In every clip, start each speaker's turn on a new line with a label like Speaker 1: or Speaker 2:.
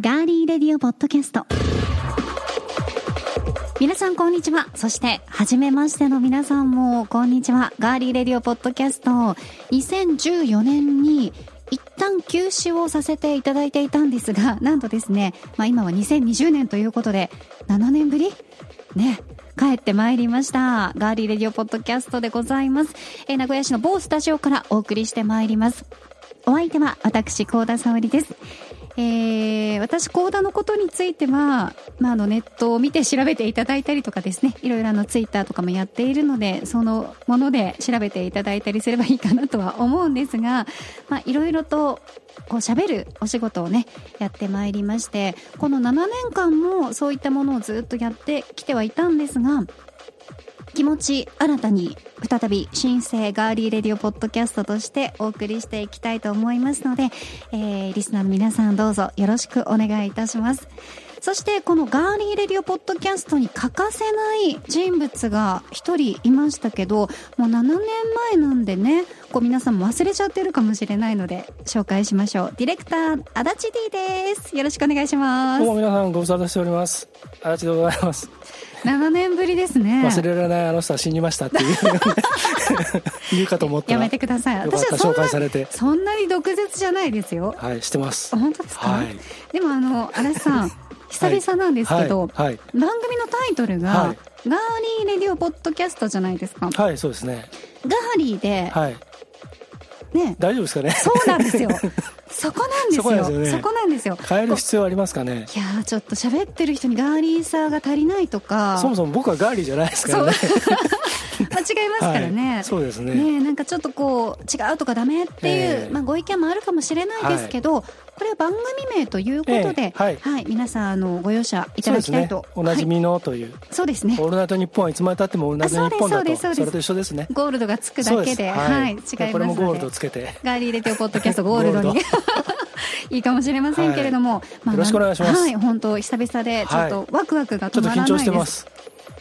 Speaker 1: ガーリーレディオポッドキャスト。皆さんこんにちは。そして、はじめましての皆さんもこんにちは。ガーリーレディオポッドキャスト。2014年に一旦休止をさせていただいていたんですが、なんとですね、まあ今は2020年ということで、7年ぶりね、帰ってまいりました。ガーリーレディオポッドキャストでございます。えー、名古屋市の某スタジオからお送りしてまいります。お相手は私、高田沙織です。えー、私、講座のことについては、まあ、あのネットを見て調べていただいたりとかですね、いろいろあのツイッターとかもやっているので、そのもので調べていただいたりすればいいかなとは思うんですが、まあ、いろいろとこう喋るお仕事をね、やってまいりまして、この7年間もそういったものをずっとやってきてはいたんですが、気持ち新たに再び新生ガーリーレディオポッドキャストとしてお送りしていきたいと思いますので、えー、リスナーの皆さんどうぞよろしくお願いいたします。そしてこのガーリーレディオポッドキャストに欠かせない人物が一人いましたけど、もう7年前なんでね、こう皆さんも忘れちゃってるかもしれないので紹介しましょう。ディレクター、足立 D です。よろしくお願いします。
Speaker 2: どうも皆さんご無沙汰しております。足立でございます。
Speaker 1: 7年ぶりですね
Speaker 2: 忘れられないあの人は死にましたっていう 言うかと思って
Speaker 1: やめてください
Speaker 2: 私は紹介されて
Speaker 1: そんなに毒舌じゃないですよ
Speaker 2: はいしてます
Speaker 1: 本当ですか、
Speaker 2: はい、
Speaker 1: でもあの嵐 さん久々なんですけど、はいはい、番組のタイトルが、ガーリーレディオポッドキャストじゃないですか
Speaker 2: はいそうですね
Speaker 1: ガーリーで、
Speaker 2: ね大丈夫ですかね
Speaker 1: そうなん ですよそこなんですよ。そこなんですよ。
Speaker 2: 変える必要ありますかね。
Speaker 1: いやちょっと喋ってる人にガーリーさが足りないとか。
Speaker 2: そもそも僕はガーリーじゃないですからね。
Speaker 1: 間違いますからね、
Speaker 2: はい、そうですね
Speaker 1: ねなんかちょっとこう違うとかダメっていう、えー、まあ、ご意見もあるかもしれないですけど、はい、これは番組名ということで、えー、はい、はい、皆さんあのご容赦いただきたいと、
Speaker 2: ね、おなじみのという、
Speaker 1: そうですね
Speaker 2: 「オールナイトニッポン」はいつまでたっても「オールナイトニッポン」だと
Speaker 1: そ
Speaker 2: れと一緒ですね
Speaker 1: ゴールドがつくだけではい、違います
Speaker 2: これもゴールドつけて
Speaker 1: ガーリーレテオポッドキャストゴールドに いいかもしれませんけれども、、
Speaker 2: まあ、よろしくお願いします、はい
Speaker 1: 本当久々でちょっとワクワクが止まらない
Speaker 2: です、ちょっと緊張してます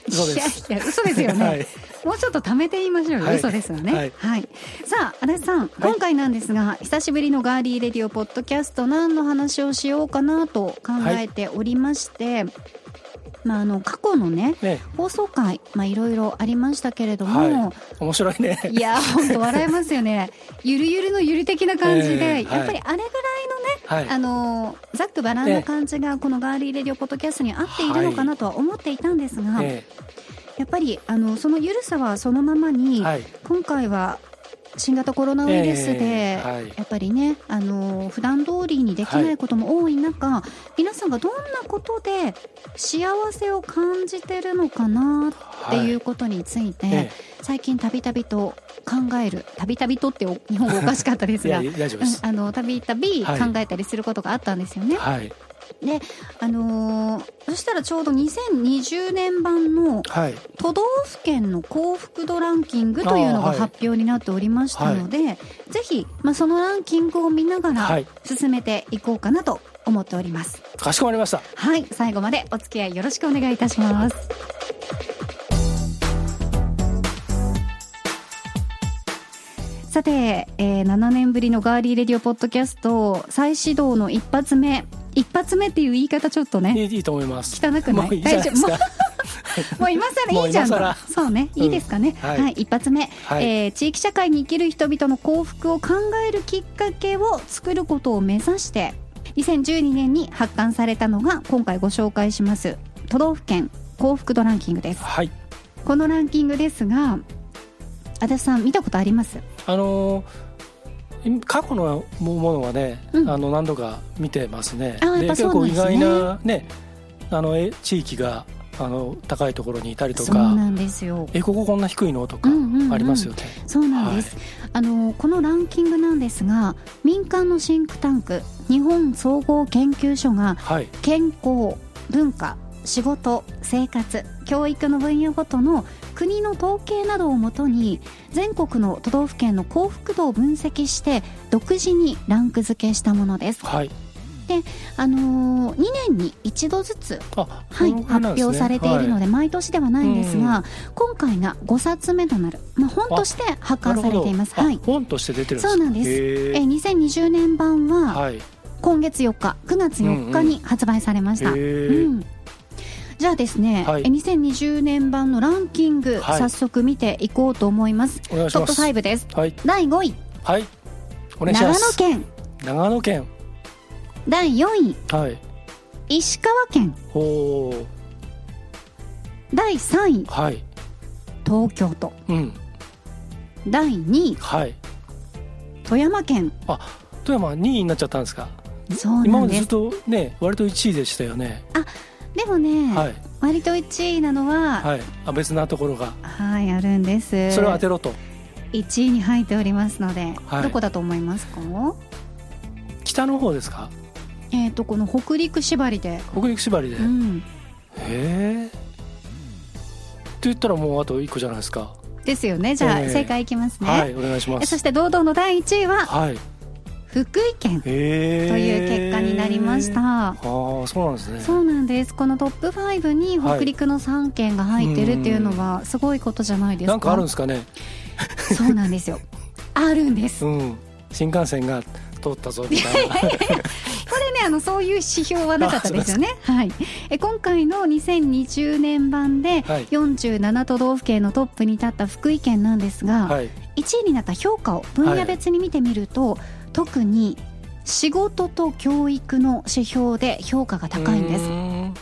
Speaker 2: 嘘です
Speaker 1: いやいや嘘です よね、はい、もうちょっと貯めて言いましょうよ、はい、嘘ですよね、はい、はい、さあ足立さん、はい、今回なんですが久しぶりのガーリーレディオポッドキャスト何の話をしようかなと考えておりまして、まあ、あの過去のね、ね、放送回、まあ、いろいろありましたけれども、はい、
Speaker 2: 面白いね
Speaker 1: いや本当笑えますよね ゆるゆるのゆる的な感じで、えー、やっぱりあれぐらいのね、はい、あのざっくばらんな感じがこのガーリーレディオポッドキャストに合っているのかなとは思っていたんですが、はい、やっぱりあのそのゆるさはそのままに、今回は新型コロナウイルスで、えーはい、やっぱりね、あの普段通りにできないことも多い中、はい、皆さんがどんなことで幸せを感じてるのかなっていうことについて、はいえー、最近たびたびと考えるたびたびとって日本語おかしかったですが
Speaker 2: うん、、
Speaker 1: たびたび考えたりすることがあったんですよね。で、あのー、そしたらちょうど2020年版の都道府県の幸福度ランキングというのが発表になっておりましたので、はい、ぜひ、まあ、そのランキングを見ながら進めていこうかなと思っております、はい
Speaker 2: かしこまりました
Speaker 1: はい最後までお付き合いよろしくお願いいたします、さて、えー、7年ぶりのガーリーレディオポッドキャスト再始動の一発目一発目っていう言い方ちょっとね
Speaker 2: いいと思います
Speaker 1: 汚くない
Speaker 2: 大丈夫
Speaker 1: もう今更いいじゃんとそうねいいですかね、うん、はい、はい、一発目、はい、えー、地域社会に生きる人々の幸福を考えるきっかけを作ることを目指して2012年に発刊されたのが今回ご紹介します都道府県幸福度ランキングです、
Speaker 2: はい、
Speaker 1: このランキングですが足立さん見たことあります
Speaker 2: あのー過去のものはね、うん、あの何度か見てますね。
Speaker 1: で、ね、
Speaker 2: 結構意外なねあの地域があの高いところにいたりとか、そう
Speaker 1: なんですよ。
Speaker 2: えこここんな低いのとかありますよ
Speaker 1: う
Speaker 2: ね。
Speaker 1: んうんうん、そうなんです。はい、あのこのランキングなんですが、民間のシンクタンク日本総合研究所が、はい、健康、文化、仕事、生活、教育の分野ごとの国の統計などをもとに全国の都道府県の幸福度を分析して独自にランク付けしたものです。
Speaker 2: はい
Speaker 1: であのー、2年に1度ずつ、はい、ね、発表されているので、はい、毎年ではないんですが、今回が5冊目となる、まあ、本として発刊されています、
Speaker 2: はい、本として出てるんです
Speaker 1: そうなんですえ2020年版は、はい、今月4日9月4日に発売されました、
Speaker 2: へ
Speaker 1: うん
Speaker 2: ー
Speaker 1: じゃあですね、
Speaker 2: はい
Speaker 1: え2020年版のランキング、
Speaker 2: はい
Speaker 1: 早速見ていこうと思います
Speaker 2: お願いし
Speaker 1: トッ
Speaker 2: ま
Speaker 1: プ
Speaker 2: す
Speaker 1: 5です
Speaker 2: はい
Speaker 1: 第5位
Speaker 2: はいお願いし
Speaker 1: 長
Speaker 2: ま
Speaker 1: 野
Speaker 2: す
Speaker 1: 県
Speaker 2: 長野県
Speaker 1: 第4位
Speaker 2: はい
Speaker 1: 石川県
Speaker 2: おお
Speaker 1: 第3位
Speaker 2: はい
Speaker 1: 東京都
Speaker 2: うん
Speaker 1: 第2位
Speaker 2: はい
Speaker 1: 富山県
Speaker 2: 富山2位になっちゃったんですか
Speaker 1: そう
Speaker 2: 今
Speaker 1: な
Speaker 2: ま
Speaker 1: んで
Speaker 2: でずっ
Speaker 1: す
Speaker 2: とね割と1位でしたよね、
Speaker 1: でもね、
Speaker 2: はい
Speaker 1: 割と1位なのははい、
Speaker 2: はいあ別なところが
Speaker 1: あるんです
Speaker 2: それを当てろと
Speaker 1: 1位に入っておりますので、
Speaker 2: はい
Speaker 1: どこだと思いますか
Speaker 2: 北の方ですか
Speaker 1: えっ、とこの北陸縛りで、
Speaker 2: 北陸縛りで、
Speaker 1: う
Speaker 2: へ
Speaker 1: ん、
Speaker 2: えって言ったらもうあと1個じゃないですか
Speaker 1: ですよねじゃあ、
Speaker 2: ええ
Speaker 1: 正解いきますね、
Speaker 2: はいお願いしま
Speaker 1: えそ
Speaker 2: す
Speaker 1: して堂々の第1位は
Speaker 2: はい
Speaker 1: 福井県
Speaker 2: へえ
Speaker 1: という結果になりました、
Speaker 2: ああそうなんですね
Speaker 1: そうなんですこのトップ5に
Speaker 2: はい
Speaker 1: 北陸の3県が入ってるっていうのはすごいことじゃないですか
Speaker 2: なんかあるんですかね
Speaker 1: そうなん ですよあるんです
Speaker 2: うん新幹線が通ったぞみた いな
Speaker 1: これねあのそういう指標はなかったです よねはいえ今回の2020年版で
Speaker 2: はい
Speaker 1: 47都道府県のトップに立った福井県なんですが、
Speaker 2: はい
Speaker 1: 1位になった評価を分野別に見てみると、特に仕事と教育の指標で評価が高いんで
Speaker 2: う
Speaker 1: す
Speaker 2: ーん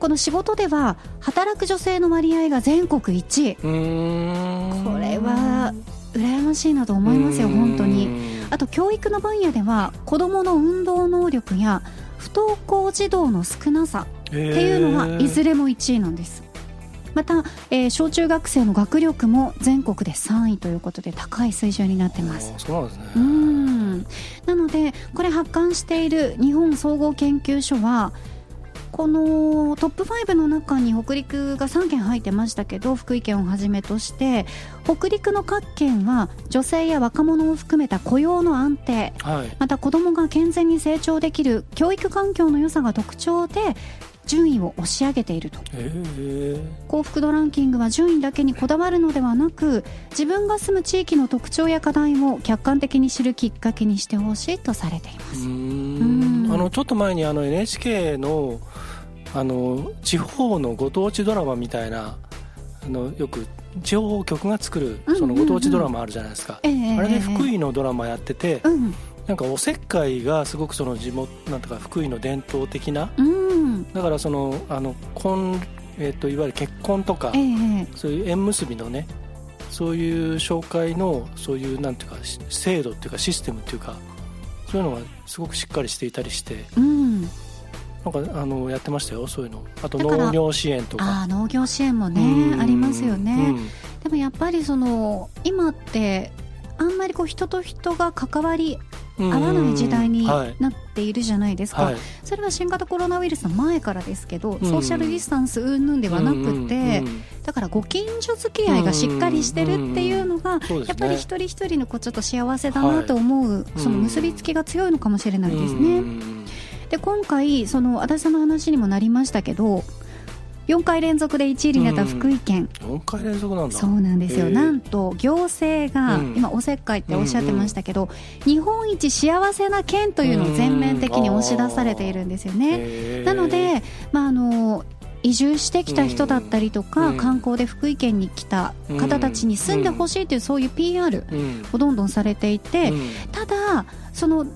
Speaker 1: この仕事では働く女性の割合が全国1位
Speaker 2: うーん
Speaker 1: これは羨ましいなと思いますよ本当
Speaker 2: うー
Speaker 1: に
Speaker 2: ん
Speaker 1: あと教育の分野では子どもの運動能力や不登校児童の少なさ
Speaker 2: へー
Speaker 1: っていうのはいずれも1位なんですまた、えー小中学生の学力も全国で3位ということで高い水準になってます
Speaker 2: あーそうなんですね
Speaker 1: うーんなのでこれ発刊している日本総合研究所はこのトップ5の中に北陸が3県入ってましたけど福井県をはじめとして北陸の各県は女性や若者を含めた雇用の安定
Speaker 2: はい
Speaker 1: また子どもが健全に成長できる教育環境の良さが特徴で順位を押し上げていると
Speaker 2: へー
Speaker 1: 幸福度ランキングは順位だけにこだわるのではなく自分が住む地域の特徴や課題を客観的に知るきっかけにしてほしいとされていま
Speaker 2: う
Speaker 1: す。
Speaker 2: ー
Speaker 1: うん
Speaker 2: んあのちょっと前にあの NHK のあの地方のご当地ドラマみたいなあのよく地方局が作る
Speaker 1: うん
Speaker 2: そのご当地ドラマあるじゃないですか、
Speaker 1: ええ
Speaker 2: あれで
Speaker 1: え
Speaker 2: 福
Speaker 1: え
Speaker 2: 井のドラマやってて、
Speaker 1: うん
Speaker 2: なんかおせっかいがすごくその地元なんとか福井の伝統的な
Speaker 1: うん
Speaker 2: だからそのあの婚、えっといわゆる結婚とか
Speaker 1: ええ
Speaker 2: そういう縁結びのねそういう紹介のそういうなんていうかし制度っていうかシステムっていうかそういうのがすごくしっかりしていたりして
Speaker 1: うん
Speaker 2: なんかあのやってましたよそういうのあと
Speaker 1: だから
Speaker 2: 農業支援とか
Speaker 1: ああ農業支援も
Speaker 2: うん
Speaker 1: ねありますよね、でもやっぱりその今ってあんまりこう人と人が関わり
Speaker 2: うん
Speaker 1: 合わない時代に
Speaker 2: うん
Speaker 1: な
Speaker 2: はい
Speaker 1: っているじゃないですか、
Speaker 2: はい
Speaker 1: それは新型コロナウイルスの前からですけど、
Speaker 2: ん
Speaker 1: ソーシャルディスタンス云々ではなくて、
Speaker 2: うんうん
Speaker 1: だからご近所付き合いがしっかりしてるっていうのが、
Speaker 2: そうですね
Speaker 1: やっぱり一人一人のこうちょっと幸せだなと思う、
Speaker 2: い
Speaker 1: その結びつきが強いのかもしれないです
Speaker 2: うんう
Speaker 1: ね。
Speaker 2: んうん
Speaker 1: で今回その足立さんの話にもなりましたけど4回連続で1位になった福井県、
Speaker 2: 四回連続なんだ
Speaker 1: そうなんですよ、
Speaker 2: へえ
Speaker 1: なんと行政が、
Speaker 2: うん
Speaker 1: 今おせっかいっておっしゃってましたけど、日本一幸せな県というのを全面的に押し出されているんですよね。
Speaker 2: へー
Speaker 1: なので、まあ、あの移住してきた人だったりとか、
Speaker 2: うん
Speaker 1: 観光で福井県に来た方たちに住んでほしいという、そういう PR
Speaker 2: うん
Speaker 1: をどんどんされていて、
Speaker 2: うん
Speaker 1: ただその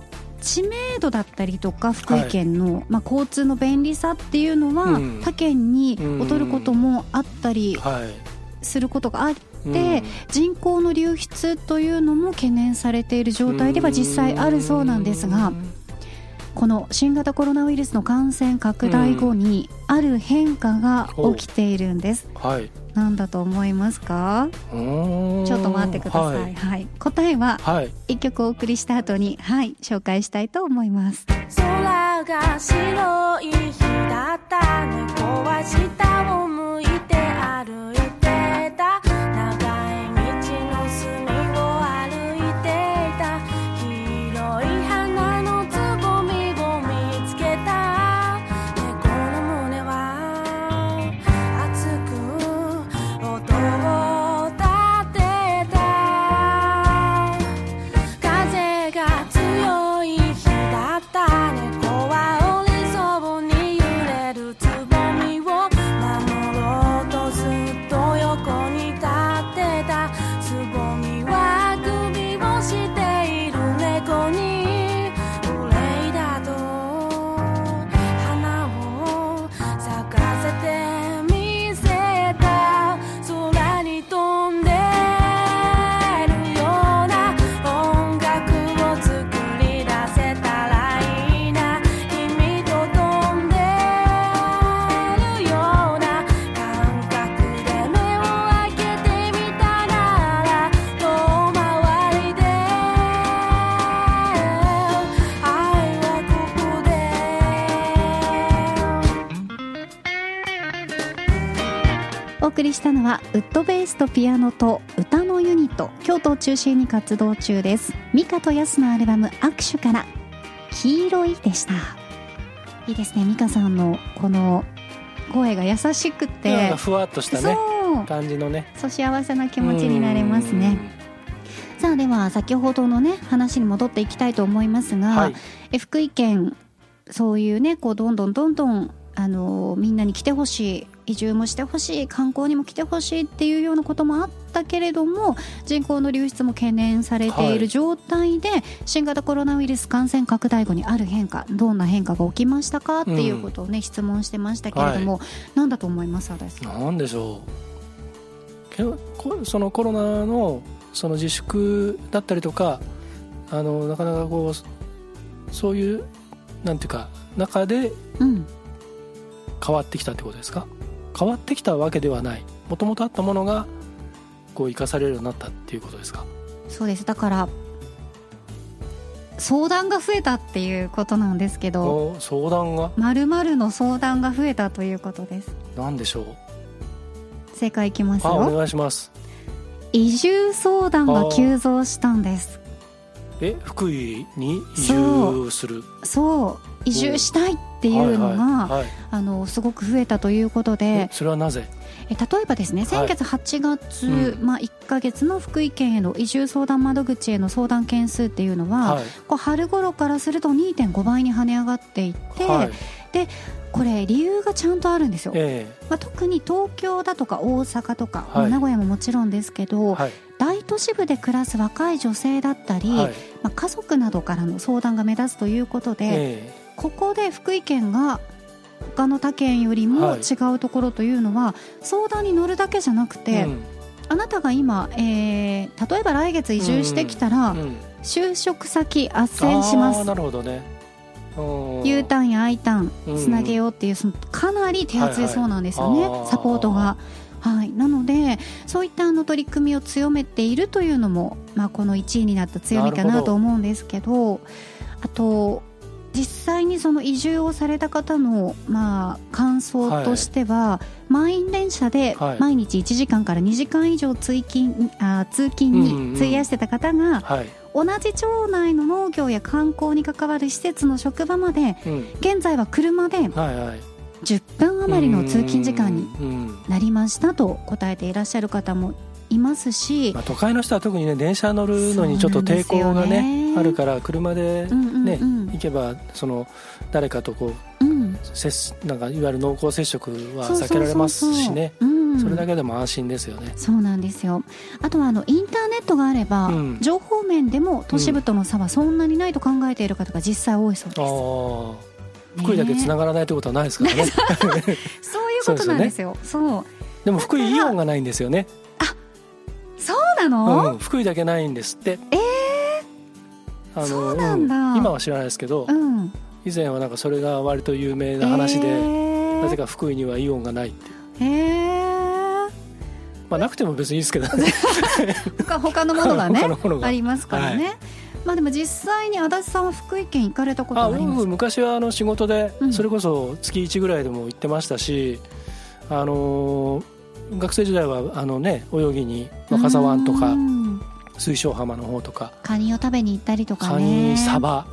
Speaker 1: 知名度だったりとか福井県の、まあ、交通の便利さっていうのは、
Speaker 2: うん
Speaker 1: 他県に劣ることもあったり
Speaker 2: はい
Speaker 1: することがあって、
Speaker 2: うん
Speaker 1: 人口の流出というのも懸念されている状態では実際あるそうなんですが。この新型コロナウイルスの感染拡大後にある変化が起きているんです。
Speaker 2: はい
Speaker 1: なんだと思いますか？
Speaker 2: うーん
Speaker 1: ちょっと待ってください。
Speaker 2: は
Speaker 1: はいい、答えは
Speaker 2: はい
Speaker 1: 一曲お送りした後にはい紹介したいと思います。
Speaker 3: 空が白い日だった猫は下を向いて歩いてた長い道の隅を歩いていた広い花のつぼみを見つけた猫の胸は熱く音を立てた風が強い日だった
Speaker 1: お送りしたのはウッドベースとピアノと歌のユニット京都を中心に活動中ですミカとヤスのアルバム「握手」から「黄色い」でしたいいですねミカさんのこの声が優しく
Speaker 2: なん
Speaker 1: て
Speaker 2: かふわっとした
Speaker 1: そ
Speaker 2: ね
Speaker 1: う
Speaker 2: 感じのね
Speaker 1: そう幸せな気持ちになれますねさあでは先ほどのね話に戻っていきたいと思いますが、
Speaker 2: うんはい
Speaker 1: え福井県そういうねこうどんどんどんどんあのみんなに来てほしい移住もしてほしい観光にも来てほしいっていうようなこともあったけれども人口の流出も懸念されてい
Speaker 2: は
Speaker 1: る
Speaker 2: い
Speaker 1: 状態で、新型コロナウイルス感染拡大後にある変化どんな変化が起きましたかっていうことをね、質問してましたけれども、なんだと思います足立さん
Speaker 2: なんでしょうけこそのコロナのその自粛だったりとかあのなかなかこうそういうなんていうか中で
Speaker 1: うん
Speaker 2: 変わってきたってことですか変わってきたわけではないもともとあったものがこう生かされるようになったっていうことですか
Speaker 1: そうですだから相談が増えたっていうことなんですけど
Speaker 2: お相談が
Speaker 1: まるの相談が増えたということです
Speaker 2: 何でしょう
Speaker 1: 正解いきます
Speaker 2: あお
Speaker 1: よ
Speaker 2: 願いします
Speaker 1: 移住相談が急増したんです
Speaker 2: え福井に移
Speaker 1: そ
Speaker 2: 住するっ
Speaker 1: そう移住したいって
Speaker 2: て
Speaker 1: いうのが、
Speaker 2: はいはいはい
Speaker 1: あのすごく増えたということ
Speaker 2: え
Speaker 1: で
Speaker 2: それはなぜ
Speaker 1: え例えばですね先月8月、
Speaker 2: う
Speaker 1: まあ、1ヶ月の福井県への移住相談窓口への相談件数っていうのは、
Speaker 2: は
Speaker 1: こう春頃からすると2.5倍に跳ね上がっていて、
Speaker 2: いはい
Speaker 1: これ理由がちゃんとあるんですよ、
Speaker 2: ええ
Speaker 1: まあ、特に東京だとか大阪とか、
Speaker 2: はい
Speaker 1: 名古屋ももちろんですけど、
Speaker 2: はい
Speaker 1: 大都市部で暮らす若い女性だったり、
Speaker 2: はい
Speaker 1: まあ、家族などからの相談が目立つということで、
Speaker 2: え
Speaker 1: ここで福井県が他の他県よりも
Speaker 2: はい
Speaker 1: 違うところというのは、相談に乗るだけじゃなく
Speaker 2: え
Speaker 1: て、
Speaker 2: うん
Speaker 1: あなたが今、えー例えば来月移住してきたら、
Speaker 2: うん
Speaker 1: 就職先斡旋しま
Speaker 2: あー
Speaker 1: す
Speaker 2: なるほどねうん
Speaker 1: U ターンや I ターン
Speaker 2: うん
Speaker 1: つなげようっていうそのかなり手厚いそうなんですよね、
Speaker 2: はいはいあー
Speaker 1: サポートが。はい、なのでそういったあの取り組みを強めているというのも、まあ、この1位になった強みか
Speaker 2: なる
Speaker 1: な
Speaker 2: ほど
Speaker 1: と思うんですけどあと実際にその移住をされた方の、まあ、感想としては、満員電車で
Speaker 2: はい
Speaker 1: 毎日1時間から2時間以上追勤あー通勤
Speaker 2: うんう
Speaker 1: に
Speaker 2: ん
Speaker 1: 費やしてた方が、
Speaker 2: はい、
Speaker 1: 同じ町内の農業や観光に関わる施設の職場まで
Speaker 2: うん、
Speaker 1: 現在は車で
Speaker 2: はいはい
Speaker 1: 10分余りの通勤時間に
Speaker 2: うん、うん
Speaker 1: なりましたと答えていらっしゃる方もいますし
Speaker 2: まあ、都会の人は特にね電車乗るのにちょっと抵抗が
Speaker 1: そうな
Speaker 2: ね
Speaker 1: んですよね
Speaker 2: あるから車で
Speaker 1: うんうんうん
Speaker 2: ね、行けばその誰かとこう
Speaker 1: うん
Speaker 2: 接しなんかいわゆる濃厚接触は
Speaker 1: そうそうそう
Speaker 2: 避けられますしね
Speaker 1: そううん
Speaker 2: それだけでも安心ですよね、
Speaker 1: そうなんですよあとはあのインターネットがあれば、
Speaker 2: うん
Speaker 1: 情報面でも都市部との差はそんなにないと考えている方が実際多いそうです、
Speaker 2: ああ福井だけ繋
Speaker 1: ね
Speaker 2: がらないということはないですからね
Speaker 1: そういうことなんですよそう
Speaker 2: でも福井イオンがないんです よね、
Speaker 1: そうな
Speaker 2: う
Speaker 1: の、
Speaker 2: ん、福井だけないんですって
Speaker 1: え
Speaker 2: あの
Speaker 1: そうなんだ
Speaker 2: う今は知らないですけど、
Speaker 1: うん
Speaker 2: 以前はなんかそれが割と有名な話で、
Speaker 1: えー
Speaker 2: なぜか福井にはイオンがないっていう
Speaker 1: へえ
Speaker 2: まあなくても別にいいですけど
Speaker 1: 他他のものがね
Speaker 2: 他のものが
Speaker 1: ありますからね、まあでも実際に足立さんは福井県行かれたこと
Speaker 2: あ
Speaker 1: ありま
Speaker 2: 僕
Speaker 1: すか
Speaker 2: 昔はあの仕事で
Speaker 1: うん
Speaker 2: それこそ月1ぐらいでも行ってましたし、あのー学生時代はあの、ね、泳ぎに若狭湾と
Speaker 1: う
Speaker 2: か
Speaker 1: ん
Speaker 2: 水晶浜の方とか
Speaker 1: カニを食べに行ったりとか
Speaker 2: カ
Speaker 1: ね
Speaker 2: ニサバ、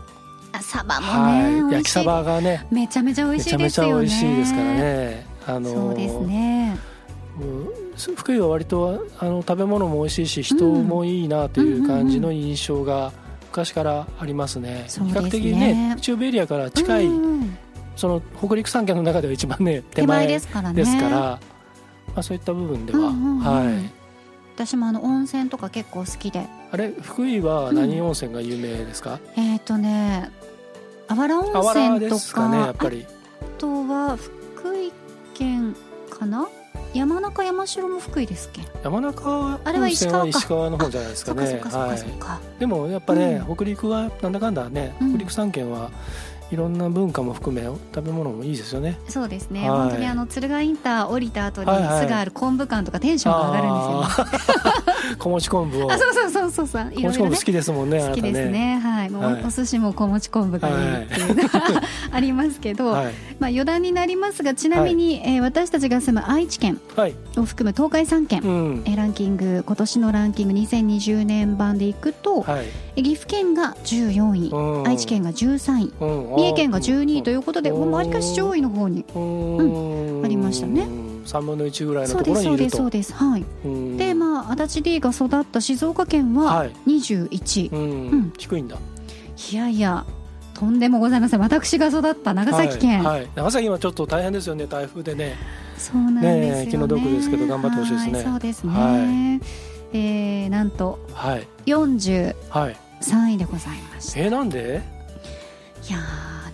Speaker 1: あサバもね、
Speaker 2: はい、
Speaker 1: 美
Speaker 2: 焼
Speaker 1: 味
Speaker 2: き
Speaker 1: しい
Speaker 2: サバがね
Speaker 1: めちゃめちゃ美
Speaker 2: め
Speaker 1: 味し
Speaker 2: ち
Speaker 1: い
Speaker 2: ゃ
Speaker 1: で
Speaker 2: め
Speaker 1: す
Speaker 2: ちゃ
Speaker 1: よね
Speaker 2: 美味しいですからね。あのー
Speaker 1: そうですね
Speaker 2: もう福井は割とあの食べ物も美味しいし人もいいなという感じの印象が昔からありますね,、
Speaker 1: そうで
Speaker 2: 比
Speaker 1: すね
Speaker 2: 較的ね中部エリアから近い、
Speaker 1: うんうん
Speaker 2: その北陸三県の中では一番ね
Speaker 1: 手
Speaker 2: 手
Speaker 1: 前
Speaker 2: 前
Speaker 1: で
Speaker 2: です
Speaker 1: からね
Speaker 2: すから、まあ、そういった部分では、
Speaker 1: うんうんうん
Speaker 2: はい、
Speaker 1: 私もあの温泉とか結構好きで
Speaker 2: あれ福井は何温泉が有名ですか、
Speaker 1: えっ、ー、とねあわら温
Speaker 2: あわら
Speaker 1: 泉
Speaker 2: で
Speaker 1: と
Speaker 2: すかねや
Speaker 1: か
Speaker 2: っぱり
Speaker 1: あとは福井県かな山中山城も福井ですっけ
Speaker 2: 山中
Speaker 1: あれは
Speaker 2: 温
Speaker 1: 石
Speaker 2: 泉
Speaker 1: 川
Speaker 2: は
Speaker 1: か
Speaker 2: 石川の方じゃないです
Speaker 1: そ
Speaker 2: か
Speaker 1: っかそっ
Speaker 2: ね
Speaker 1: かそっ
Speaker 2: は
Speaker 1: かそっ
Speaker 2: い
Speaker 1: か、
Speaker 2: でもやっぱね、
Speaker 1: う
Speaker 2: 北陸はなんだかんだね
Speaker 1: うん
Speaker 2: 北陸三県はいろんな文化も含め食べ物もいいですよね
Speaker 1: そうですね、
Speaker 2: はい
Speaker 1: 本当にあの敦賀インター降りた後に
Speaker 2: はいはい
Speaker 1: 巣がある昆布館とかテンションが上がるんですよ、ね
Speaker 2: あー 小餅昆布を
Speaker 1: あそうそうそうそう そういろ
Speaker 2: 小
Speaker 1: い
Speaker 2: 餅昆
Speaker 1: ろね
Speaker 2: 布好きですもんねあ
Speaker 1: 好
Speaker 2: な
Speaker 1: き
Speaker 2: た
Speaker 1: ですねはいもうお,、
Speaker 2: はい
Speaker 1: 寿司も小餅昆布がいいっていう、 ありますけど、
Speaker 2: はい
Speaker 1: まあ、余談になりますがちなみに、えー私たちが住む愛知県
Speaker 2: はい
Speaker 1: を含む東海3県、
Speaker 2: うん
Speaker 1: えーランキング今年のランキング2020年版でいくと、
Speaker 2: はい
Speaker 1: えー岐阜県が14位、
Speaker 2: うん
Speaker 1: 愛知県が13位
Speaker 2: うん
Speaker 1: 三重県が12位といううことで、
Speaker 2: うん
Speaker 1: もうわりかし上位の方に。
Speaker 2: うん
Speaker 1: ありましたね
Speaker 2: 3分の1ぐらいの
Speaker 1: そう
Speaker 2: と
Speaker 1: で
Speaker 2: ころ
Speaker 1: す
Speaker 2: に
Speaker 1: そう
Speaker 2: い
Speaker 1: で
Speaker 2: る
Speaker 1: す
Speaker 2: と
Speaker 1: そうですはい
Speaker 2: うん
Speaker 1: でまあ足立 D が育った静岡県
Speaker 2: は
Speaker 1: はい21位、
Speaker 2: うん
Speaker 1: うん
Speaker 2: 低いんだ
Speaker 1: いやいやとんでもございません私が育った長崎県、
Speaker 2: はいはい長崎はちょっと大変ですよね台風でね
Speaker 1: そうなんですよね
Speaker 2: ねえ気の毒ですけど頑張ってほしいですね
Speaker 1: はそうですね、
Speaker 2: は
Speaker 1: えーなんと
Speaker 2: はい
Speaker 1: 43
Speaker 2: はい
Speaker 1: 位でございましたい
Speaker 2: えーなんで
Speaker 1: や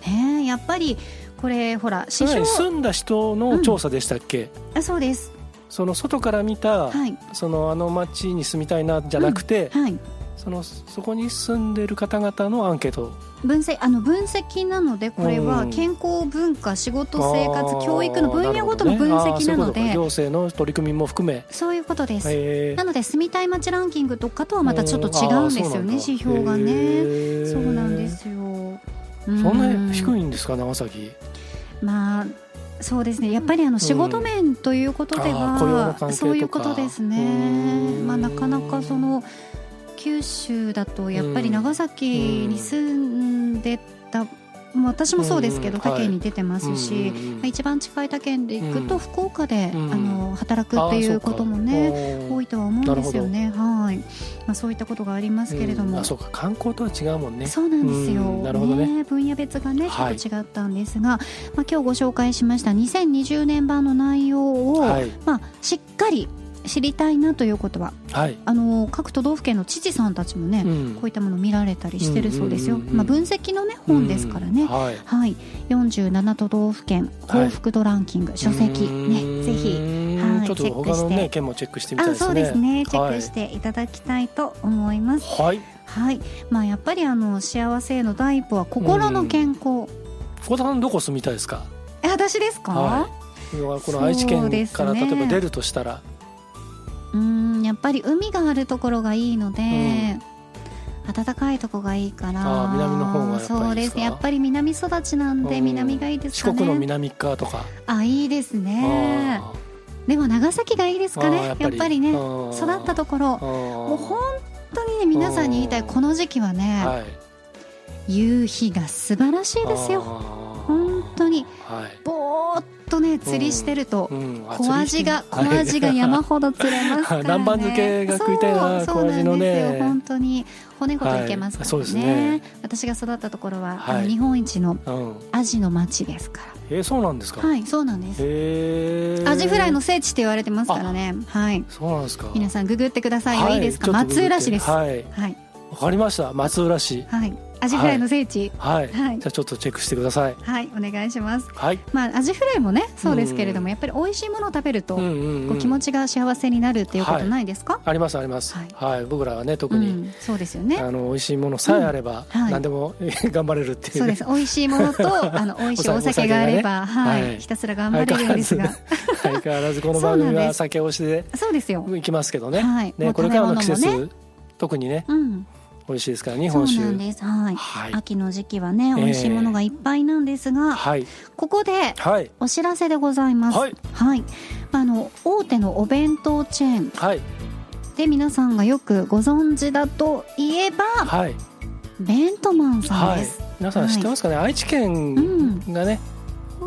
Speaker 1: ーねやっぱりこれほら
Speaker 2: そ
Speaker 1: 師
Speaker 2: れなり
Speaker 1: 匠
Speaker 2: に住んだ人の調査でしたっけ、
Speaker 1: あそうです
Speaker 2: その外から見た、
Speaker 1: はい
Speaker 2: そのあの町に住みたいなじゃなくて、
Speaker 1: はい
Speaker 2: そのそこに住んでる方々のアンケート
Speaker 1: 分析あの分析なのでこれ
Speaker 2: う
Speaker 1: は
Speaker 2: ん
Speaker 1: 健康文化仕事生
Speaker 2: あー
Speaker 1: 活教育の分野ごとの分
Speaker 2: なるほどねあ
Speaker 1: 析なの
Speaker 2: ーそういうことか
Speaker 1: で
Speaker 2: 行政の取り組みも含め、
Speaker 1: そういうことです、
Speaker 2: え
Speaker 1: なので住みたい街ランキングとかとはまたちょっと違うんですよね指標がねそうなんで、すよそ
Speaker 2: そんな
Speaker 1: う
Speaker 2: 低
Speaker 1: ん
Speaker 2: いんですか長崎
Speaker 1: まあそうですねやっぱりあの仕事面ということで
Speaker 2: あー雇用の
Speaker 1: は
Speaker 2: 関、係とか
Speaker 1: そういうことですね
Speaker 2: うん
Speaker 1: まあなかなかその九州だとやっぱり長崎に住んでた、まあ私もそうですけど、
Speaker 2: うん
Speaker 1: 他県に出てますし、
Speaker 2: うんうんうん
Speaker 1: まあ一番近い他県で行く
Speaker 2: う
Speaker 1: と
Speaker 2: ん
Speaker 1: 福岡で、
Speaker 2: うん
Speaker 1: あの働くっていうこともね多
Speaker 2: い
Speaker 1: いとは思うんですよねはい、まあ、そういったことがありますけれども、
Speaker 2: あそうか観光とは違うもんね
Speaker 1: そうなんですよ、
Speaker 2: うんなるほどね
Speaker 1: 分野別がねちょ
Speaker 2: はい
Speaker 1: っと違ったんですが、まあ、今日ご紹介しました2020年版の内容を、
Speaker 2: はい
Speaker 1: まあ、しっかり知りたいなということは
Speaker 2: はい、
Speaker 1: あの各都道府県の知事さんたちもね、
Speaker 2: ん
Speaker 1: こういったもの見られたりしてるそうですよ、
Speaker 2: うんうんうんうん
Speaker 1: まあ、分析の、ね、本ですからね、
Speaker 2: うんはい
Speaker 1: はい、47都道府県幸福度ランキング、書籍、ね、ぜひ
Speaker 2: ひ
Speaker 1: はい
Speaker 2: ちょ
Speaker 1: チェッ
Speaker 2: っと
Speaker 1: クして
Speaker 2: 他のね県もチェックしてみた
Speaker 1: あ
Speaker 2: いですね
Speaker 1: そうですねチェッ
Speaker 2: は
Speaker 1: ク
Speaker 2: い
Speaker 1: していただきたいと思います。
Speaker 2: はい
Speaker 1: はい、まあやっぱりあの幸せへの第一歩は心の健康。
Speaker 2: 小田さんどこ住みたいですか
Speaker 1: え私ですか？
Speaker 2: はこの愛知
Speaker 1: そう
Speaker 2: 県
Speaker 1: ですね
Speaker 2: から例えば出るとしたら
Speaker 1: うーん、やっぱり海があるところがいいので。
Speaker 2: うん
Speaker 1: 暖かいとこがいいから。
Speaker 2: あー南の方がやっぱりいいですか
Speaker 1: そうですね。やっぱり南育ちなんで、
Speaker 2: うん
Speaker 1: 南がいいです
Speaker 2: 四
Speaker 1: かね。
Speaker 2: 国の南側とか
Speaker 1: あ、いいですね。
Speaker 2: あ
Speaker 1: でも長崎がいいです
Speaker 2: ー
Speaker 1: かね。
Speaker 2: あ
Speaker 1: やっ
Speaker 2: ー
Speaker 1: ぱりね、
Speaker 2: 育
Speaker 1: 育ったところ。も
Speaker 2: も
Speaker 1: う本当にね、皆さんに言いたい、
Speaker 2: うん
Speaker 1: この時期はね、
Speaker 2: はい
Speaker 1: 夕日が素晴らしいですよ。本
Speaker 2: 本
Speaker 1: 当に
Speaker 2: はい
Speaker 1: ぼーっとね、釣りしてると。
Speaker 2: うんあ
Speaker 1: 小アジが
Speaker 2: 釣り
Speaker 1: 小アジが山ほど釣れますからね
Speaker 2: 南蛮漬けが食いたいな
Speaker 1: そうそうなんですよ
Speaker 2: 小アジのね
Speaker 1: 本当に骨ごといけますからね,、
Speaker 2: はいそうですね
Speaker 1: 私が育ったところは、
Speaker 2: はい
Speaker 1: あの日本一の
Speaker 2: はい うん
Speaker 1: アジの町ですか
Speaker 2: えーそうなんですから
Speaker 1: はいそうなんです
Speaker 2: へー
Speaker 1: アジフライの聖地って言われてますからねはい
Speaker 2: そうなんですか
Speaker 1: 皆さんググってくださいよ、、
Speaker 2: はい
Speaker 1: いです
Speaker 2: ち
Speaker 1: か
Speaker 2: ょっとググっ
Speaker 1: 松
Speaker 2: て
Speaker 1: 浦市ですはい
Speaker 2: はい
Speaker 1: はい、
Speaker 2: わかりました松浦市
Speaker 1: アジフライの聖地
Speaker 2: はい、
Speaker 1: はい
Speaker 2: じゃあちょっとチェックしてください
Speaker 1: はい、お願いします
Speaker 2: はい、
Speaker 1: まあアジフライもねそうですけれども、
Speaker 2: うん
Speaker 1: やっぱり美味しいものを食べると、
Speaker 2: うんうんう
Speaker 1: こ
Speaker 2: ん
Speaker 1: う気持ちが幸せになるっていうことないですか、
Speaker 2: ありますあります
Speaker 1: は
Speaker 2: はいい、僕らはね特
Speaker 1: う
Speaker 2: に、
Speaker 1: ん、そうですよね
Speaker 2: あの美味しいものさえあれば、
Speaker 1: うんはい
Speaker 2: 何でも頑張れるっていう
Speaker 1: そうです。美味しいもの と、あの美味しいお酒があれば、
Speaker 2: お酒
Speaker 1: は
Speaker 2: がね
Speaker 1: い、
Speaker 2: はい
Speaker 1: ひたすら頑張れるんですが。
Speaker 2: 相変わらずこの
Speaker 1: そう
Speaker 2: 番
Speaker 1: なんです
Speaker 2: 組は酒推しで
Speaker 1: そうですよ。
Speaker 2: いきますけどね,、
Speaker 1: はいもう
Speaker 2: ねこれからの季
Speaker 1: 食べ物
Speaker 2: 節、特にね
Speaker 1: うん、
Speaker 2: 美味しいですから日
Speaker 1: そう
Speaker 2: 本酒
Speaker 1: なんです。はい。
Speaker 2: はい
Speaker 1: 秋の時期はね、
Speaker 2: え
Speaker 1: 美味しいものがいっぱいなんですが、
Speaker 2: はい
Speaker 1: ここで
Speaker 2: はい
Speaker 1: お知らせでございます。
Speaker 2: はい
Speaker 1: はい。あの大手のお弁当チェーン
Speaker 2: はい
Speaker 1: で皆さんがよくご存知だといえば
Speaker 2: はい
Speaker 1: ベントマンさん
Speaker 2: は
Speaker 1: で
Speaker 2: い
Speaker 1: す。
Speaker 2: 皆さん知ってますかね、愛知県がね、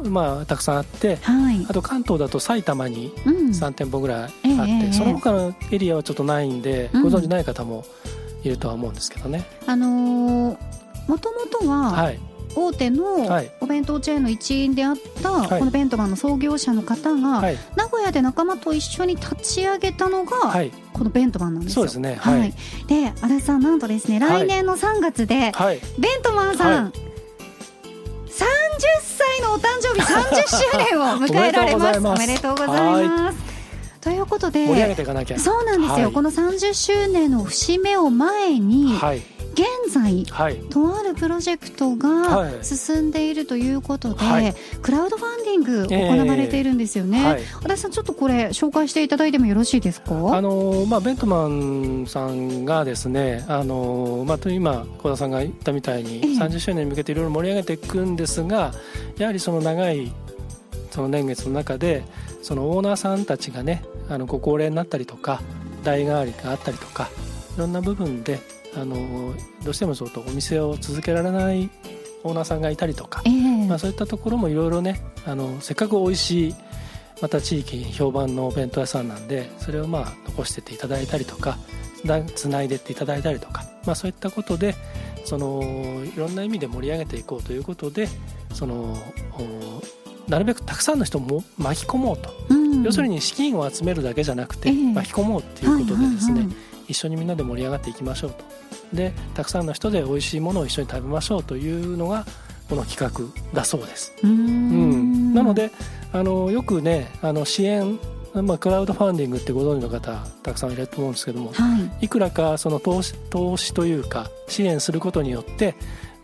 Speaker 2: まあたくさんあって
Speaker 1: はい。
Speaker 2: あと関東だと埼玉に
Speaker 1: うん。
Speaker 2: 3店舗ぐらいあって、
Speaker 1: ええ
Speaker 2: その他のエリアはちょっとないんで、
Speaker 1: うん
Speaker 2: ご存知ない方もいるとは思うんですけどね、
Speaker 1: あのもともとは、
Speaker 2: はい
Speaker 1: 大手の
Speaker 2: はい
Speaker 1: お弁当チェーンの一員であった、
Speaker 2: はい
Speaker 1: このベントマンの創業者の方が、
Speaker 2: はい
Speaker 1: 名古屋で仲間と一緒に立ち上げたのが、
Speaker 2: はい
Speaker 1: このベントマンなんですよ。
Speaker 2: そうですねはい
Speaker 1: で足立さんなんとですね
Speaker 2: は
Speaker 1: 来
Speaker 2: い
Speaker 1: 年の3月で、
Speaker 2: はい
Speaker 1: ベントマンさん、
Speaker 2: は
Speaker 1: 30歳のお誕生日30周年を迎えられます。お
Speaker 2: お
Speaker 1: め
Speaker 2: め
Speaker 1: で
Speaker 2: で
Speaker 1: と
Speaker 2: と
Speaker 1: う
Speaker 2: う
Speaker 1: ご
Speaker 2: ご
Speaker 1: ざ
Speaker 2: ざ
Speaker 1: い
Speaker 2: い
Speaker 1: ます。ということ
Speaker 2: 盛り上げ
Speaker 1: で
Speaker 2: ていかなきゃ
Speaker 1: そうなんですよ、
Speaker 2: はい
Speaker 1: この30周年の節目を前に、
Speaker 2: はい
Speaker 1: 現在
Speaker 2: はい
Speaker 1: とあるプロジェクト
Speaker 2: は
Speaker 1: が
Speaker 2: い
Speaker 1: 進んでいるということで、
Speaker 2: はい
Speaker 1: クラウドファンディング行われているんですよね、
Speaker 2: ええはい
Speaker 1: 足立さんちょっとこれ紹介していただいてもよろしいですか
Speaker 2: あのまあ、ベンクマンさんがですねあの、まあ、と今小田さんが言ったみたいに
Speaker 1: ええ
Speaker 2: 30周年に向けていろいろ盛り上げていくんですがやはりその長いその年月の中でそのオーナーさんたちがねあのご高齢になったりとか代替わりがあったりとかいろんな部分であのどうしてもちょっとお店を続けられないオーナーさんがいたりとか
Speaker 1: ええ
Speaker 2: まあ、そういったところもいろいろねあのせっかく美味しいまた地域評判のお弁当屋さんなんでそれをまあ残してっていただいたりとかだつないでっていただいたりとか、まあ、そういったことでそのいろんな意味で盛り上げていこうということでそのおなるべくたくさんの人も巻き込もうと、
Speaker 1: うん
Speaker 2: 要するに資金を集めるだけじゃなくて
Speaker 1: ええ
Speaker 2: 巻き込もうっていうことでですね、
Speaker 1: はいはいはい
Speaker 2: 一緒にみんなで盛り上がっていきましょうとでたくさんの人で美味しいものを一緒に食べましょうというのがこの企画だそうです、
Speaker 1: うー
Speaker 2: うん
Speaker 1: ん
Speaker 2: なのであのよくねあの支援、まあ、クラウドファンディングってご存知の方たくさんいると思うんですけども
Speaker 1: はい
Speaker 2: いくらかその投資投資というか支援することによって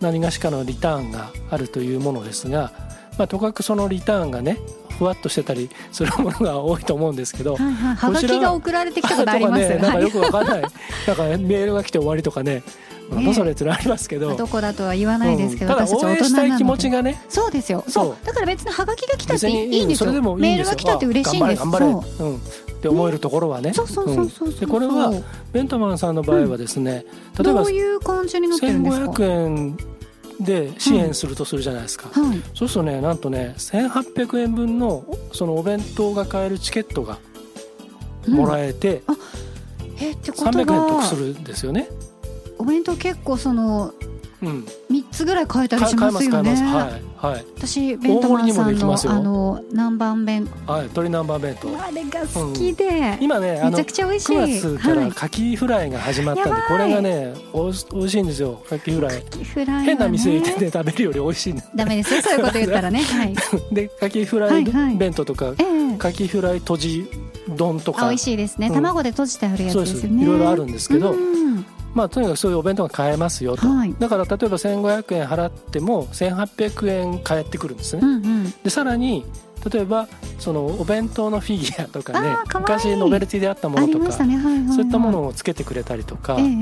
Speaker 2: 何がしかのリターンがあるというものですが、まあ、とかくそのリターンがねふわっとしてたりするものが多いと思うんですけど、
Speaker 1: はいはいは
Speaker 2: こ
Speaker 1: が
Speaker 2: ちら
Speaker 1: きが送られてきたことあります
Speaker 2: とかね、なん
Speaker 1: は
Speaker 2: か
Speaker 1: い
Speaker 2: よくわかんない、なんかメールが来て終わりとかね、なんだそれってのありますけど、
Speaker 1: どこだとは言わないですけど、
Speaker 2: うんた
Speaker 1: 私た
Speaker 2: だ
Speaker 1: ち
Speaker 2: 応
Speaker 1: 大
Speaker 2: 援
Speaker 1: 人
Speaker 2: し
Speaker 1: な
Speaker 2: た
Speaker 1: の
Speaker 2: い
Speaker 1: で
Speaker 2: 気持ちがね、
Speaker 1: そうですよそう
Speaker 2: そう
Speaker 1: だから別にハガキが来たって
Speaker 2: 別
Speaker 1: い
Speaker 2: に
Speaker 1: いいんです
Speaker 2: そ
Speaker 1: よ
Speaker 2: れでもいい
Speaker 1: メ
Speaker 2: ん
Speaker 1: ール
Speaker 2: です
Speaker 1: が
Speaker 2: よ。
Speaker 1: 来たって嬉しいんです
Speaker 2: あ頑張れ頑
Speaker 1: そう
Speaker 2: 張れ、うん、って思えるところはね。
Speaker 1: そうそうそうそうそう
Speaker 2: でこれはベントマンさんの場合はですね、例え
Speaker 1: ど
Speaker 2: ば
Speaker 1: ういう感じになってるんですか
Speaker 2: 1500円で支援するとするじゃないですか。
Speaker 1: はい
Speaker 2: そうするとねなんとね1800円分のそのお弁当が買えるチケットが
Speaker 1: うん
Speaker 2: もらえて、
Speaker 1: えってこと
Speaker 2: 300円得す
Speaker 1: は
Speaker 2: るんですよね。
Speaker 1: お弁当結構その
Speaker 2: うん、
Speaker 1: 三つぐらい買えたり
Speaker 2: か
Speaker 1: しますよね
Speaker 2: 買えます買えますはいはい
Speaker 1: 私ベントマンさ
Speaker 2: 大盛りにも
Speaker 1: ん
Speaker 2: でき
Speaker 1: の
Speaker 2: ますよ
Speaker 1: あの南蛮弁
Speaker 2: はい、鶏南蛮弁当。
Speaker 1: あれが好きで
Speaker 2: 今ね、あ
Speaker 1: め
Speaker 2: の
Speaker 1: ちゃくちゃ美味しい
Speaker 2: 9月から
Speaker 1: はい
Speaker 2: カキフライが始まったんで、
Speaker 1: やばい
Speaker 2: これがね、おいし美味しいんですよ、カキフラ
Speaker 1: カ
Speaker 2: イ。
Speaker 1: キフライはね
Speaker 2: 変な店行ってね、食べるより美味しいんで
Speaker 1: ダメですよそういうこと言ったら ねはい
Speaker 2: で、カキフラ
Speaker 1: は
Speaker 2: イ
Speaker 1: いはい
Speaker 2: 弁当とか
Speaker 1: え、え
Speaker 2: カキフライとじ丼と
Speaker 1: あ
Speaker 2: か
Speaker 1: 美味、しいですね
Speaker 2: うん
Speaker 1: 卵で閉じてあるやつ
Speaker 2: そう
Speaker 1: で
Speaker 2: です、
Speaker 1: す
Speaker 2: い
Speaker 1: よね
Speaker 2: ろいろあるんですけど
Speaker 1: う、ん
Speaker 2: まあ、とにかくそういうお弁当が買えますよと。
Speaker 1: はい
Speaker 2: だから、例えば1500円払っても、1800円返ってくるんです
Speaker 1: う
Speaker 2: ね。
Speaker 1: んうん
Speaker 2: で、さらに、例えば、そのお弁当のフィギュアとかね
Speaker 1: あーかわいい、
Speaker 2: 昔ノベルティであったも
Speaker 1: あ
Speaker 2: の
Speaker 1: り
Speaker 2: と
Speaker 1: ま
Speaker 2: か
Speaker 1: し、たねはいはいはい
Speaker 2: そういったものをつけてくれたりとか
Speaker 1: ええ、ええ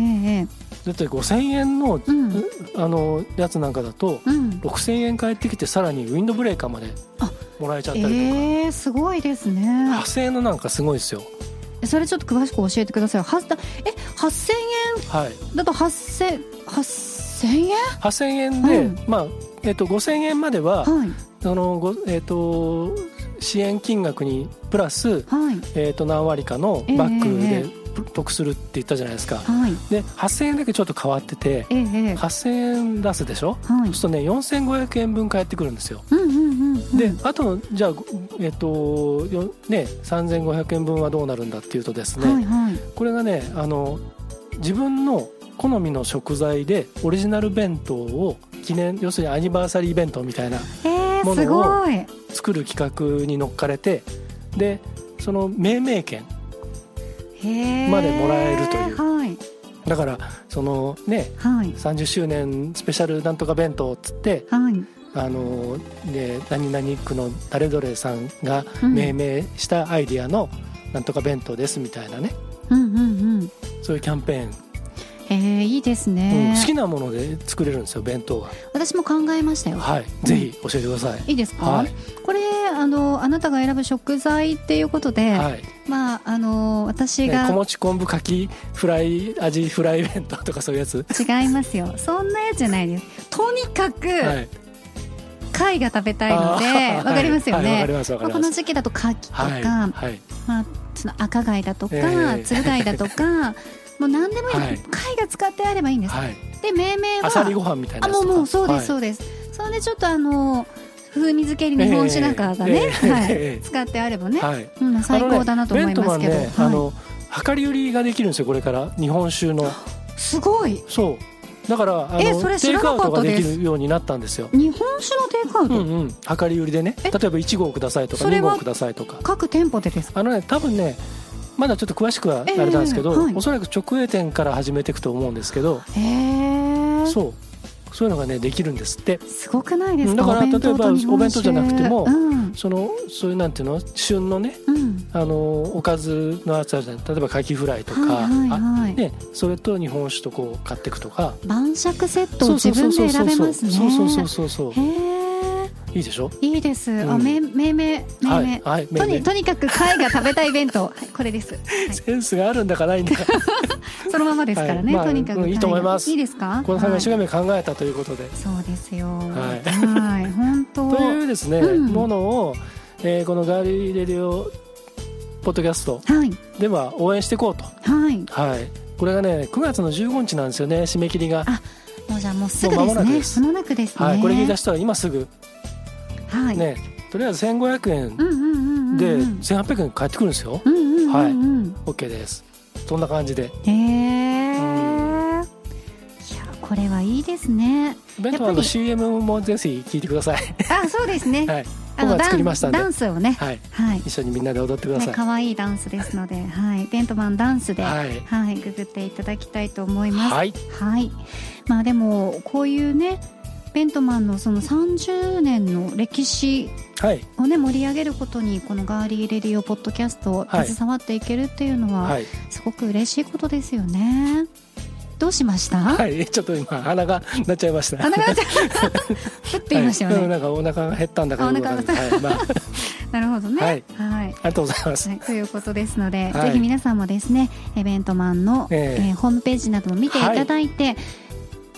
Speaker 1: え
Speaker 2: だって5000円の
Speaker 1: えうん
Speaker 2: あのやつなんかだと
Speaker 1: うん
Speaker 2: 6000円返ってきてさらにウィンドブレーカーまで
Speaker 1: あ
Speaker 2: もらえちゃったりとか、
Speaker 1: ええすごいですね
Speaker 2: 8000円のなんかすごいですよ
Speaker 1: それちょっと詳しく教えてくださいはだえ八千
Speaker 2: はい
Speaker 1: 円だと八千八千円
Speaker 2: 8000円で、
Speaker 1: うん
Speaker 2: まあえっと5000円までは
Speaker 1: はい
Speaker 2: あのごえっと支援金額にプラス、
Speaker 1: はい
Speaker 2: えっと何割かの
Speaker 1: ええ
Speaker 2: バッグ
Speaker 1: え
Speaker 2: で得するって言ったじゃないですか、
Speaker 1: はい
Speaker 2: で8000円だけちょっと変わってて
Speaker 1: ええええ
Speaker 2: 8000円出すでしょ
Speaker 1: はい
Speaker 2: そうするとね4500円分返ってくるんですよ
Speaker 1: うんうんうんうん
Speaker 2: であとじゃあ、えっとよね、3500円分はどうなるんだっていうとですね、
Speaker 1: はいはい
Speaker 2: これがねあの自分の好みの食材でオリジナル弁当を記念要するにアニバーサリー弁当みたいな
Speaker 1: ええ
Speaker 2: ものを
Speaker 1: すごい
Speaker 2: 作る企画に乗っかれてでその命名権
Speaker 1: へえ
Speaker 2: までもらえるという
Speaker 1: はい
Speaker 2: だからそのね
Speaker 1: はい
Speaker 2: 30周年スペシャルなんとか弁当っつって
Speaker 1: はい
Speaker 2: あの、ね、何々区の誰々さんが
Speaker 1: うん
Speaker 2: 命名したアイディアのなんとか弁当ですみたいなね
Speaker 1: うんうんうん
Speaker 2: そういうキャンペーン、
Speaker 1: ええいいです
Speaker 2: うん
Speaker 1: ね
Speaker 2: 好きなもので作れるんですよ弁当が
Speaker 1: 私も考えましたよ
Speaker 2: はいぜひ教えてください、
Speaker 1: いいですか、
Speaker 2: はい
Speaker 1: これあのあなたが選ぶ食材っていうことで、
Speaker 2: はい、
Speaker 1: まああの私
Speaker 2: ね、
Speaker 1: が
Speaker 2: 小餅昆布かきフライ味フライ弁当とかそういうやつ
Speaker 1: 違いますよそんなやつじゃないですとにかく
Speaker 2: はい
Speaker 1: 貝が食べたいので
Speaker 2: あー
Speaker 1: わ、かりますよ
Speaker 2: はいはい
Speaker 1: ね、
Speaker 2: わ、かりますわか
Speaker 1: まあ、
Speaker 2: り
Speaker 1: こ
Speaker 2: ま
Speaker 1: の
Speaker 2: す
Speaker 1: 時期だと牡蠣とか、
Speaker 2: はいはい
Speaker 1: その赤貝だとか、
Speaker 2: えー
Speaker 1: 鶴貝だと かもう何でもいいの、
Speaker 2: はい
Speaker 1: 貝が使ってあればいいんです、
Speaker 2: はい
Speaker 1: で命名は
Speaker 2: あさりご飯みたいな
Speaker 1: あ
Speaker 2: やつ
Speaker 1: も
Speaker 2: と
Speaker 1: う
Speaker 2: か
Speaker 1: もうそうです、そ
Speaker 2: は
Speaker 1: うですそれでちょっとあの風味づけに日本酒なんかがね、
Speaker 2: えーえー
Speaker 1: は
Speaker 2: え
Speaker 1: い、
Speaker 2: ー
Speaker 1: 使ってあればね、
Speaker 2: い、はい、
Speaker 1: うん、最高だなと思いますけど、
Speaker 2: あのね、弁当はね、
Speaker 1: はい
Speaker 2: あの量り売りができるんですよこれから日本酒の
Speaker 1: すごい
Speaker 2: そうだからあの
Speaker 1: えそれ知
Speaker 2: テイ
Speaker 1: らな
Speaker 2: ク
Speaker 1: か
Speaker 2: ア
Speaker 1: っ
Speaker 2: ウ
Speaker 1: た
Speaker 2: トができ
Speaker 1: で
Speaker 2: るようになったんですよ
Speaker 1: 日本酒のテイクアウ
Speaker 2: う
Speaker 1: ト、
Speaker 2: んうん量り売りでね
Speaker 1: え
Speaker 2: 例えば1合くださいとか
Speaker 1: それ
Speaker 2: 2
Speaker 1: は
Speaker 2: 合くださいとか
Speaker 1: 各店舗でですか
Speaker 2: あのね多分ねまだちょっと詳しくはあれなんですけど、
Speaker 1: ええはい
Speaker 2: おそらく直営店から始めていくと思うんですけど、
Speaker 1: へえ
Speaker 2: そうそういうのがねできるんですって
Speaker 1: すごくないですか
Speaker 2: だから
Speaker 1: お弁当と日本酒
Speaker 2: 例えばお弁当じゃなくても
Speaker 1: うん
Speaker 2: そのそういうなんていうの旬のね
Speaker 1: うん、
Speaker 2: あのおかずのやつあるじゃない例えばカキフライとか、
Speaker 1: はいはいはい
Speaker 2: あね、それと日本酒とこう買っていくとか
Speaker 1: 晩酌セットを自分で選べますね
Speaker 2: そうそうそうそうそうそう
Speaker 1: へえ
Speaker 2: いいでしょ
Speaker 1: いいです、あ
Speaker 2: うん
Speaker 1: め命名
Speaker 2: は
Speaker 1: 命
Speaker 2: い
Speaker 1: 名、
Speaker 2: はい
Speaker 1: と
Speaker 2: め
Speaker 1: に
Speaker 2: ん
Speaker 1: とにかく貝が食べたい弁当、はい、これです、は
Speaker 2: めんセンスがあるんだ かないんだか
Speaker 1: い、そのままですからね、
Speaker 2: はいまあ
Speaker 1: とにかく貝が
Speaker 2: うんいいと思います
Speaker 1: いいですか
Speaker 2: この3が
Speaker 1: はい
Speaker 2: 一生懸命考えたということで、
Speaker 1: そうですよ
Speaker 2: はい
Speaker 1: はい本当
Speaker 2: というですね、
Speaker 1: うん
Speaker 2: ものを、えーこのガーリーレディオポッドキャスト
Speaker 1: はい
Speaker 2: では応援していこうと
Speaker 1: はい
Speaker 2: はいこれがね9月の15日なんですよね締め切りが、
Speaker 1: もうじゃあもうすぐ
Speaker 2: もう
Speaker 1: です
Speaker 2: 間もなく
Speaker 1: ね
Speaker 2: で
Speaker 1: ますもなくですね
Speaker 2: はいこれ聞いた人は今すぐ
Speaker 1: はい
Speaker 2: ね、とりあえず1500円
Speaker 1: うんうんうんうんうん
Speaker 2: で1800円返ってくるんですよ、
Speaker 1: うんうんうん
Speaker 2: はい
Speaker 1: うん
Speaker 2: OK ですそんな感じで
Speaker 1: へえいやこれはいいですね
Speaker 2: 弁
Speaker 1: や
Speaker 2: 当
Speaker 1: っぱ
Speaker 2: の
Speaker 1: り
Speaker 2: CM もぜひ聞いてください
Speaker 1: あそうですね、
Speaker 2: はい
Speaker 1: あの
Speaker 2: 僕
Speaker 1: ダ
Speaker 2: が作りま
Speaker 1: ン
Speaker 2: したんで
Speaker 1: ダンスをね
Speaker 2: はい
Speaker 1: はい
Speaker 2: 一緒にみんなで踊ってくださ
Speaker 1: ね
Speaker 2: い、
Speaker 1: 可愛いダンスですのではいベントマンダンスでは
Speaker 2: はい
Speaker 1: いググっていただきたいと思います
Speaker 2: はい
Speaker 1: はい、まあでもこういうねベントマンのその30年の歴史
Speaker 2: はい
Speaker 1: をね盛り上げることにこのガーリーレディオポッドキャストを
Speaker 2: はい
Speaker 1: 携わっていけるっていうのは
Speaker 2: はい、
Speaker 1: すごく嬉しいことですよね。どうしました？
Speaker 2: はい、ちょっと今鼻がなっちゃいました
Speaker 1: あなんかちょっ とふって言いましたよね。
Speaker 2: はいうんなんかお腹が減ったんだか
Speaker 1: あお腹
Speaker 2: よくわかんないはいまあ、あ
Speaker 1: なるほどね。
Speaker 2: はい
Speaker 1: はい
Speaker 2: りがとうござ います
Speaker 1: はい、ということですので、
Speaker 2: はい
Speaker 1: ぜひ皆さんもですねイベントマンの、え
Speaker 2: ええ
Speaker 1: ーホームページなども見ていただいて、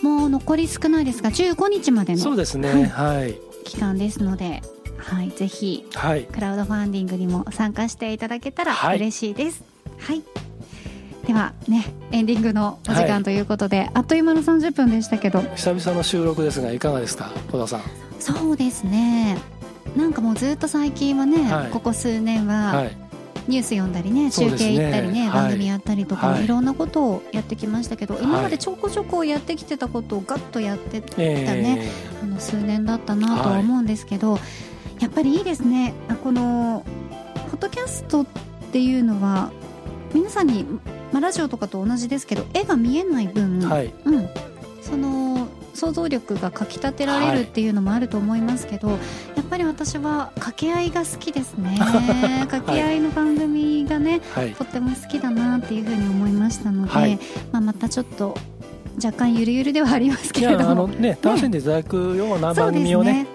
Speaker 1: もう残り少ないですが15日まで
Speaker 2: そう
Speaker 1: の
Speaker 2: ですねはい
Speaker 1: 期間ですので、はい、ぜひ
Speaker 2: はい
Speaker 1: クラウドファンディングにも参加していただけたら
Speaker 2: はい
Speaker 1: 嬉しいです。はい、ではねエンディングのお時
Speaker 2: は
Speaker 1: 間
Speaker 2: い
Speaker 1: ということで、あっという間の30分でしたけど
Speaker 2: 久々の収録ですがいかがですか小田さん
Speaker 1: そうですねなんかもうずっと最近はね、
Speaker 2: はい
Speaker 1: ここ数年は、
Speaker 2: はい
Speaker 1: ニュース読んだりね
Speaker 2: そう
Speaker 1: 中
Speaker 2: です
Speaker 1: 継
Speaker 2: ね
Speaker 1: 行ったりね
Speaker 2: はい
Speaker 1: 番組やったりとか、
Speaker 2: はい
Speaker 1: い、ろんなことをやってきましたけど、今
Speaker 2: は
Speaker 1: ま
Speaker 2: い
Speaker 1: でちょこちょこやってきてたことをガッとやってきた
Speaker 2: え
Speaker 1: ね、あの数年だったなとは思うんですけど、やっぱりいいですねあこのポッドキャストっていうのは皆さんに、まあ、ラジオとかと同じですけど絵が見えない分、
Speaker 2: はい
Speaker 1: うん、その想像力がかきたてられるっていうのもあると思いますけど、やっぱり私は掛け合いが好きですね掛け合いの番組がね、
Speaker 2: はい
Speaker 1: とっても好きだなっていうふうに思いましたので、
Speaker 2: はい
Speaker 1: まあ、またちょっと若干ゆるゆるではあります
Speaker 2: い
Speaker 1: けれ
Speaker 2: や
Speaker 1: ど
Speaker 2: あ
Speaker 1: も
Speaker 2: の。ね楽しんでいただくような
Speaker 1: そう
Speaker 2: 番
Speaker 1: です
Speaker 2: 組をね
Speaker 1: ね。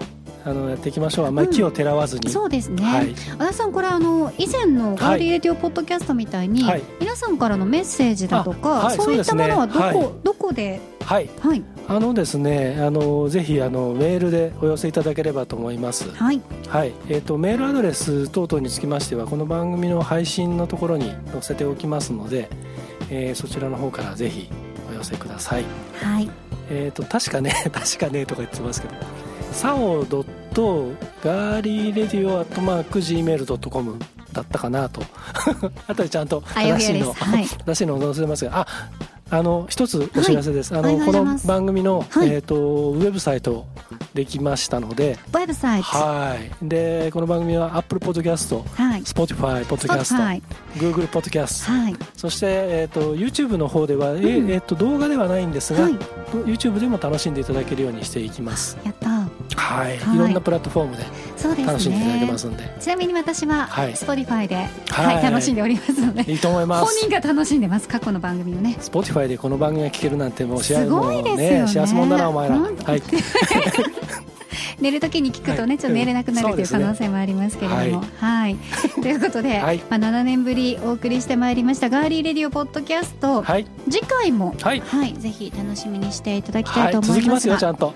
Speaker 2: あのやっていきましょうあんまり木をてらわずに、
Speaker 1: そうですね。
Speaker 2: はい
Speaker 1: 足立さんこれあの以前のガーリーレディオポッドキャストみたいに、
Speaker 2: はい
Speaker 1: 皆さんからのメッセージだとか、
Speaker 2: あはい
Speaker 1: そういったものはどこ、
Speaker 2: そうですね
Speaker 1: どこで、
Speaker 2: はい
Speaker 1: はい
Speaker 2: あのですねあのぜひあのメールでお寄せいただければと思います
Speaker 1: はい
Speaker 2: はい、えー、とメールアドレス等々につきましてはこの番組の配信のところに載せておきますので、えーそちらの方からぜひお寄せください
Speaker 1: はい
Speaker 2: えっ、と確かね 確かねとか言ってますけどサオドットガーリーレディオアットマーク Gmail.com だったかなと あとでちゃんと
Speaker 1: あやふや
Speaker 2: 正しい
Speaker 1: で
Speaker 2: の
Speaker 1: す。はい
Speaker 2: らしいのを載せますがああの一つお知らせです、
Speaker 1: いお
Speaker 2: あの
Speaker 1: 願い
Speaker 2: こ
Speaker 1: し
Speaker 2: の
Speaker 1: ます
Speaker 2: 番組の、
Speaker 1: はい
Speaker 2: えー、とウェブサイトできましたので
Speaker 1: ウェブサイト
Speaker 2: はいでこの番組は Apple Podcast
Speaker 1: はい
Speaker 2: Spotify Podcast
Speaker 1: はい
Speaker 2: Google Podcast
Speaker 1: はい
Speaker 2: そして、えー、と YouTube の方では、え
Speaker 1: うん
Speaker 2: えー、と動画ではないんですが、
Speaker 1: はい
Speaker 2: YouTube でも楽しんでいただけるようにしていきます
Speaker 1: やった
Speaker 2: はい、
Speaker 1: はい
Speaker 2: い、ろんなプラットフォームで
Speaker 1: そうで
Speaker 2: 楽
Speaker 1: す
Speaker 2: しんでいただけま
Speaker 1: ね
Speaker 2: すんで、
Speaker 1: ちなみに私は
Speaker 2: はい
Speaker 1: Spotify で、は
Speaker 2: はいい
Speaker 1: 楽しんでおりますので
Speaker 2: いいと思いま
Speaker 1: 本
Speaker 2: す
Speaker 1: 人が楽しんでます過去の番組をね
Speaker 2: Spotify でこの番組が聴けるなんてもう
Speaker 1: す
Speaker 2: 幸せ
Speaker 1: ごいですよね
Speaker 2: もう幸せもんだなお前ら、
Speaker 1: うん
Speaker 2: はい
Speaker 1: 寝るときに聞くとね、
Speaker 2: はい
Speaker 1: ちょっと寝れなくなる
Speaker 2: うん
Speaker 1: という可能性もありますけれども、
Speaker 2: そうですね
Speaker 1: はい、ということで、
Speaker 2: はい
Speaker 1: まあ7年ぶりお送りしてまいりましたガーリーレディオポッドキャスト、
Speaker 2: はい
Speaker 1: 次回も
Speaker 2: はい
Speaker 1: はいぜひ楽しみにしていただきた
Speaker 2: はいい
Speaker 1: と思
Speaker 2: 続
Speaker 1: い
Speaker 2: き
Speaker 1: ま
Speaker 2: ますす
Speaker 1: が、
Speaker 2: よちゃんと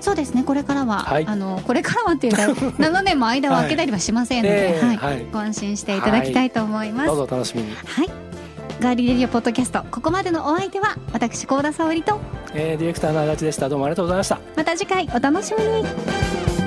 Speaker 1: そうですねこれからは、
Speaker 2: はい
Speaker 1: あのこれからはって いうか7年も間を空けたりはしませんので、
Speaker 2: ええ
Speaker 1: はい
Speaker 2: はい
Speaker 1: ご安心していただきたいと思います。
Speaker 2: ど
Speaker 1: は
Speaker 2: う
Speaker 1: い
Speaker 2: ぞお楽しみに、
Speaker 1: ガーリーレディオポッドキャストここまでのお相手は私高田沙織と
Speaker 2: えーディレクターの足立でしたどうもありがとうございました
Speaker 1: また次回お楽しみに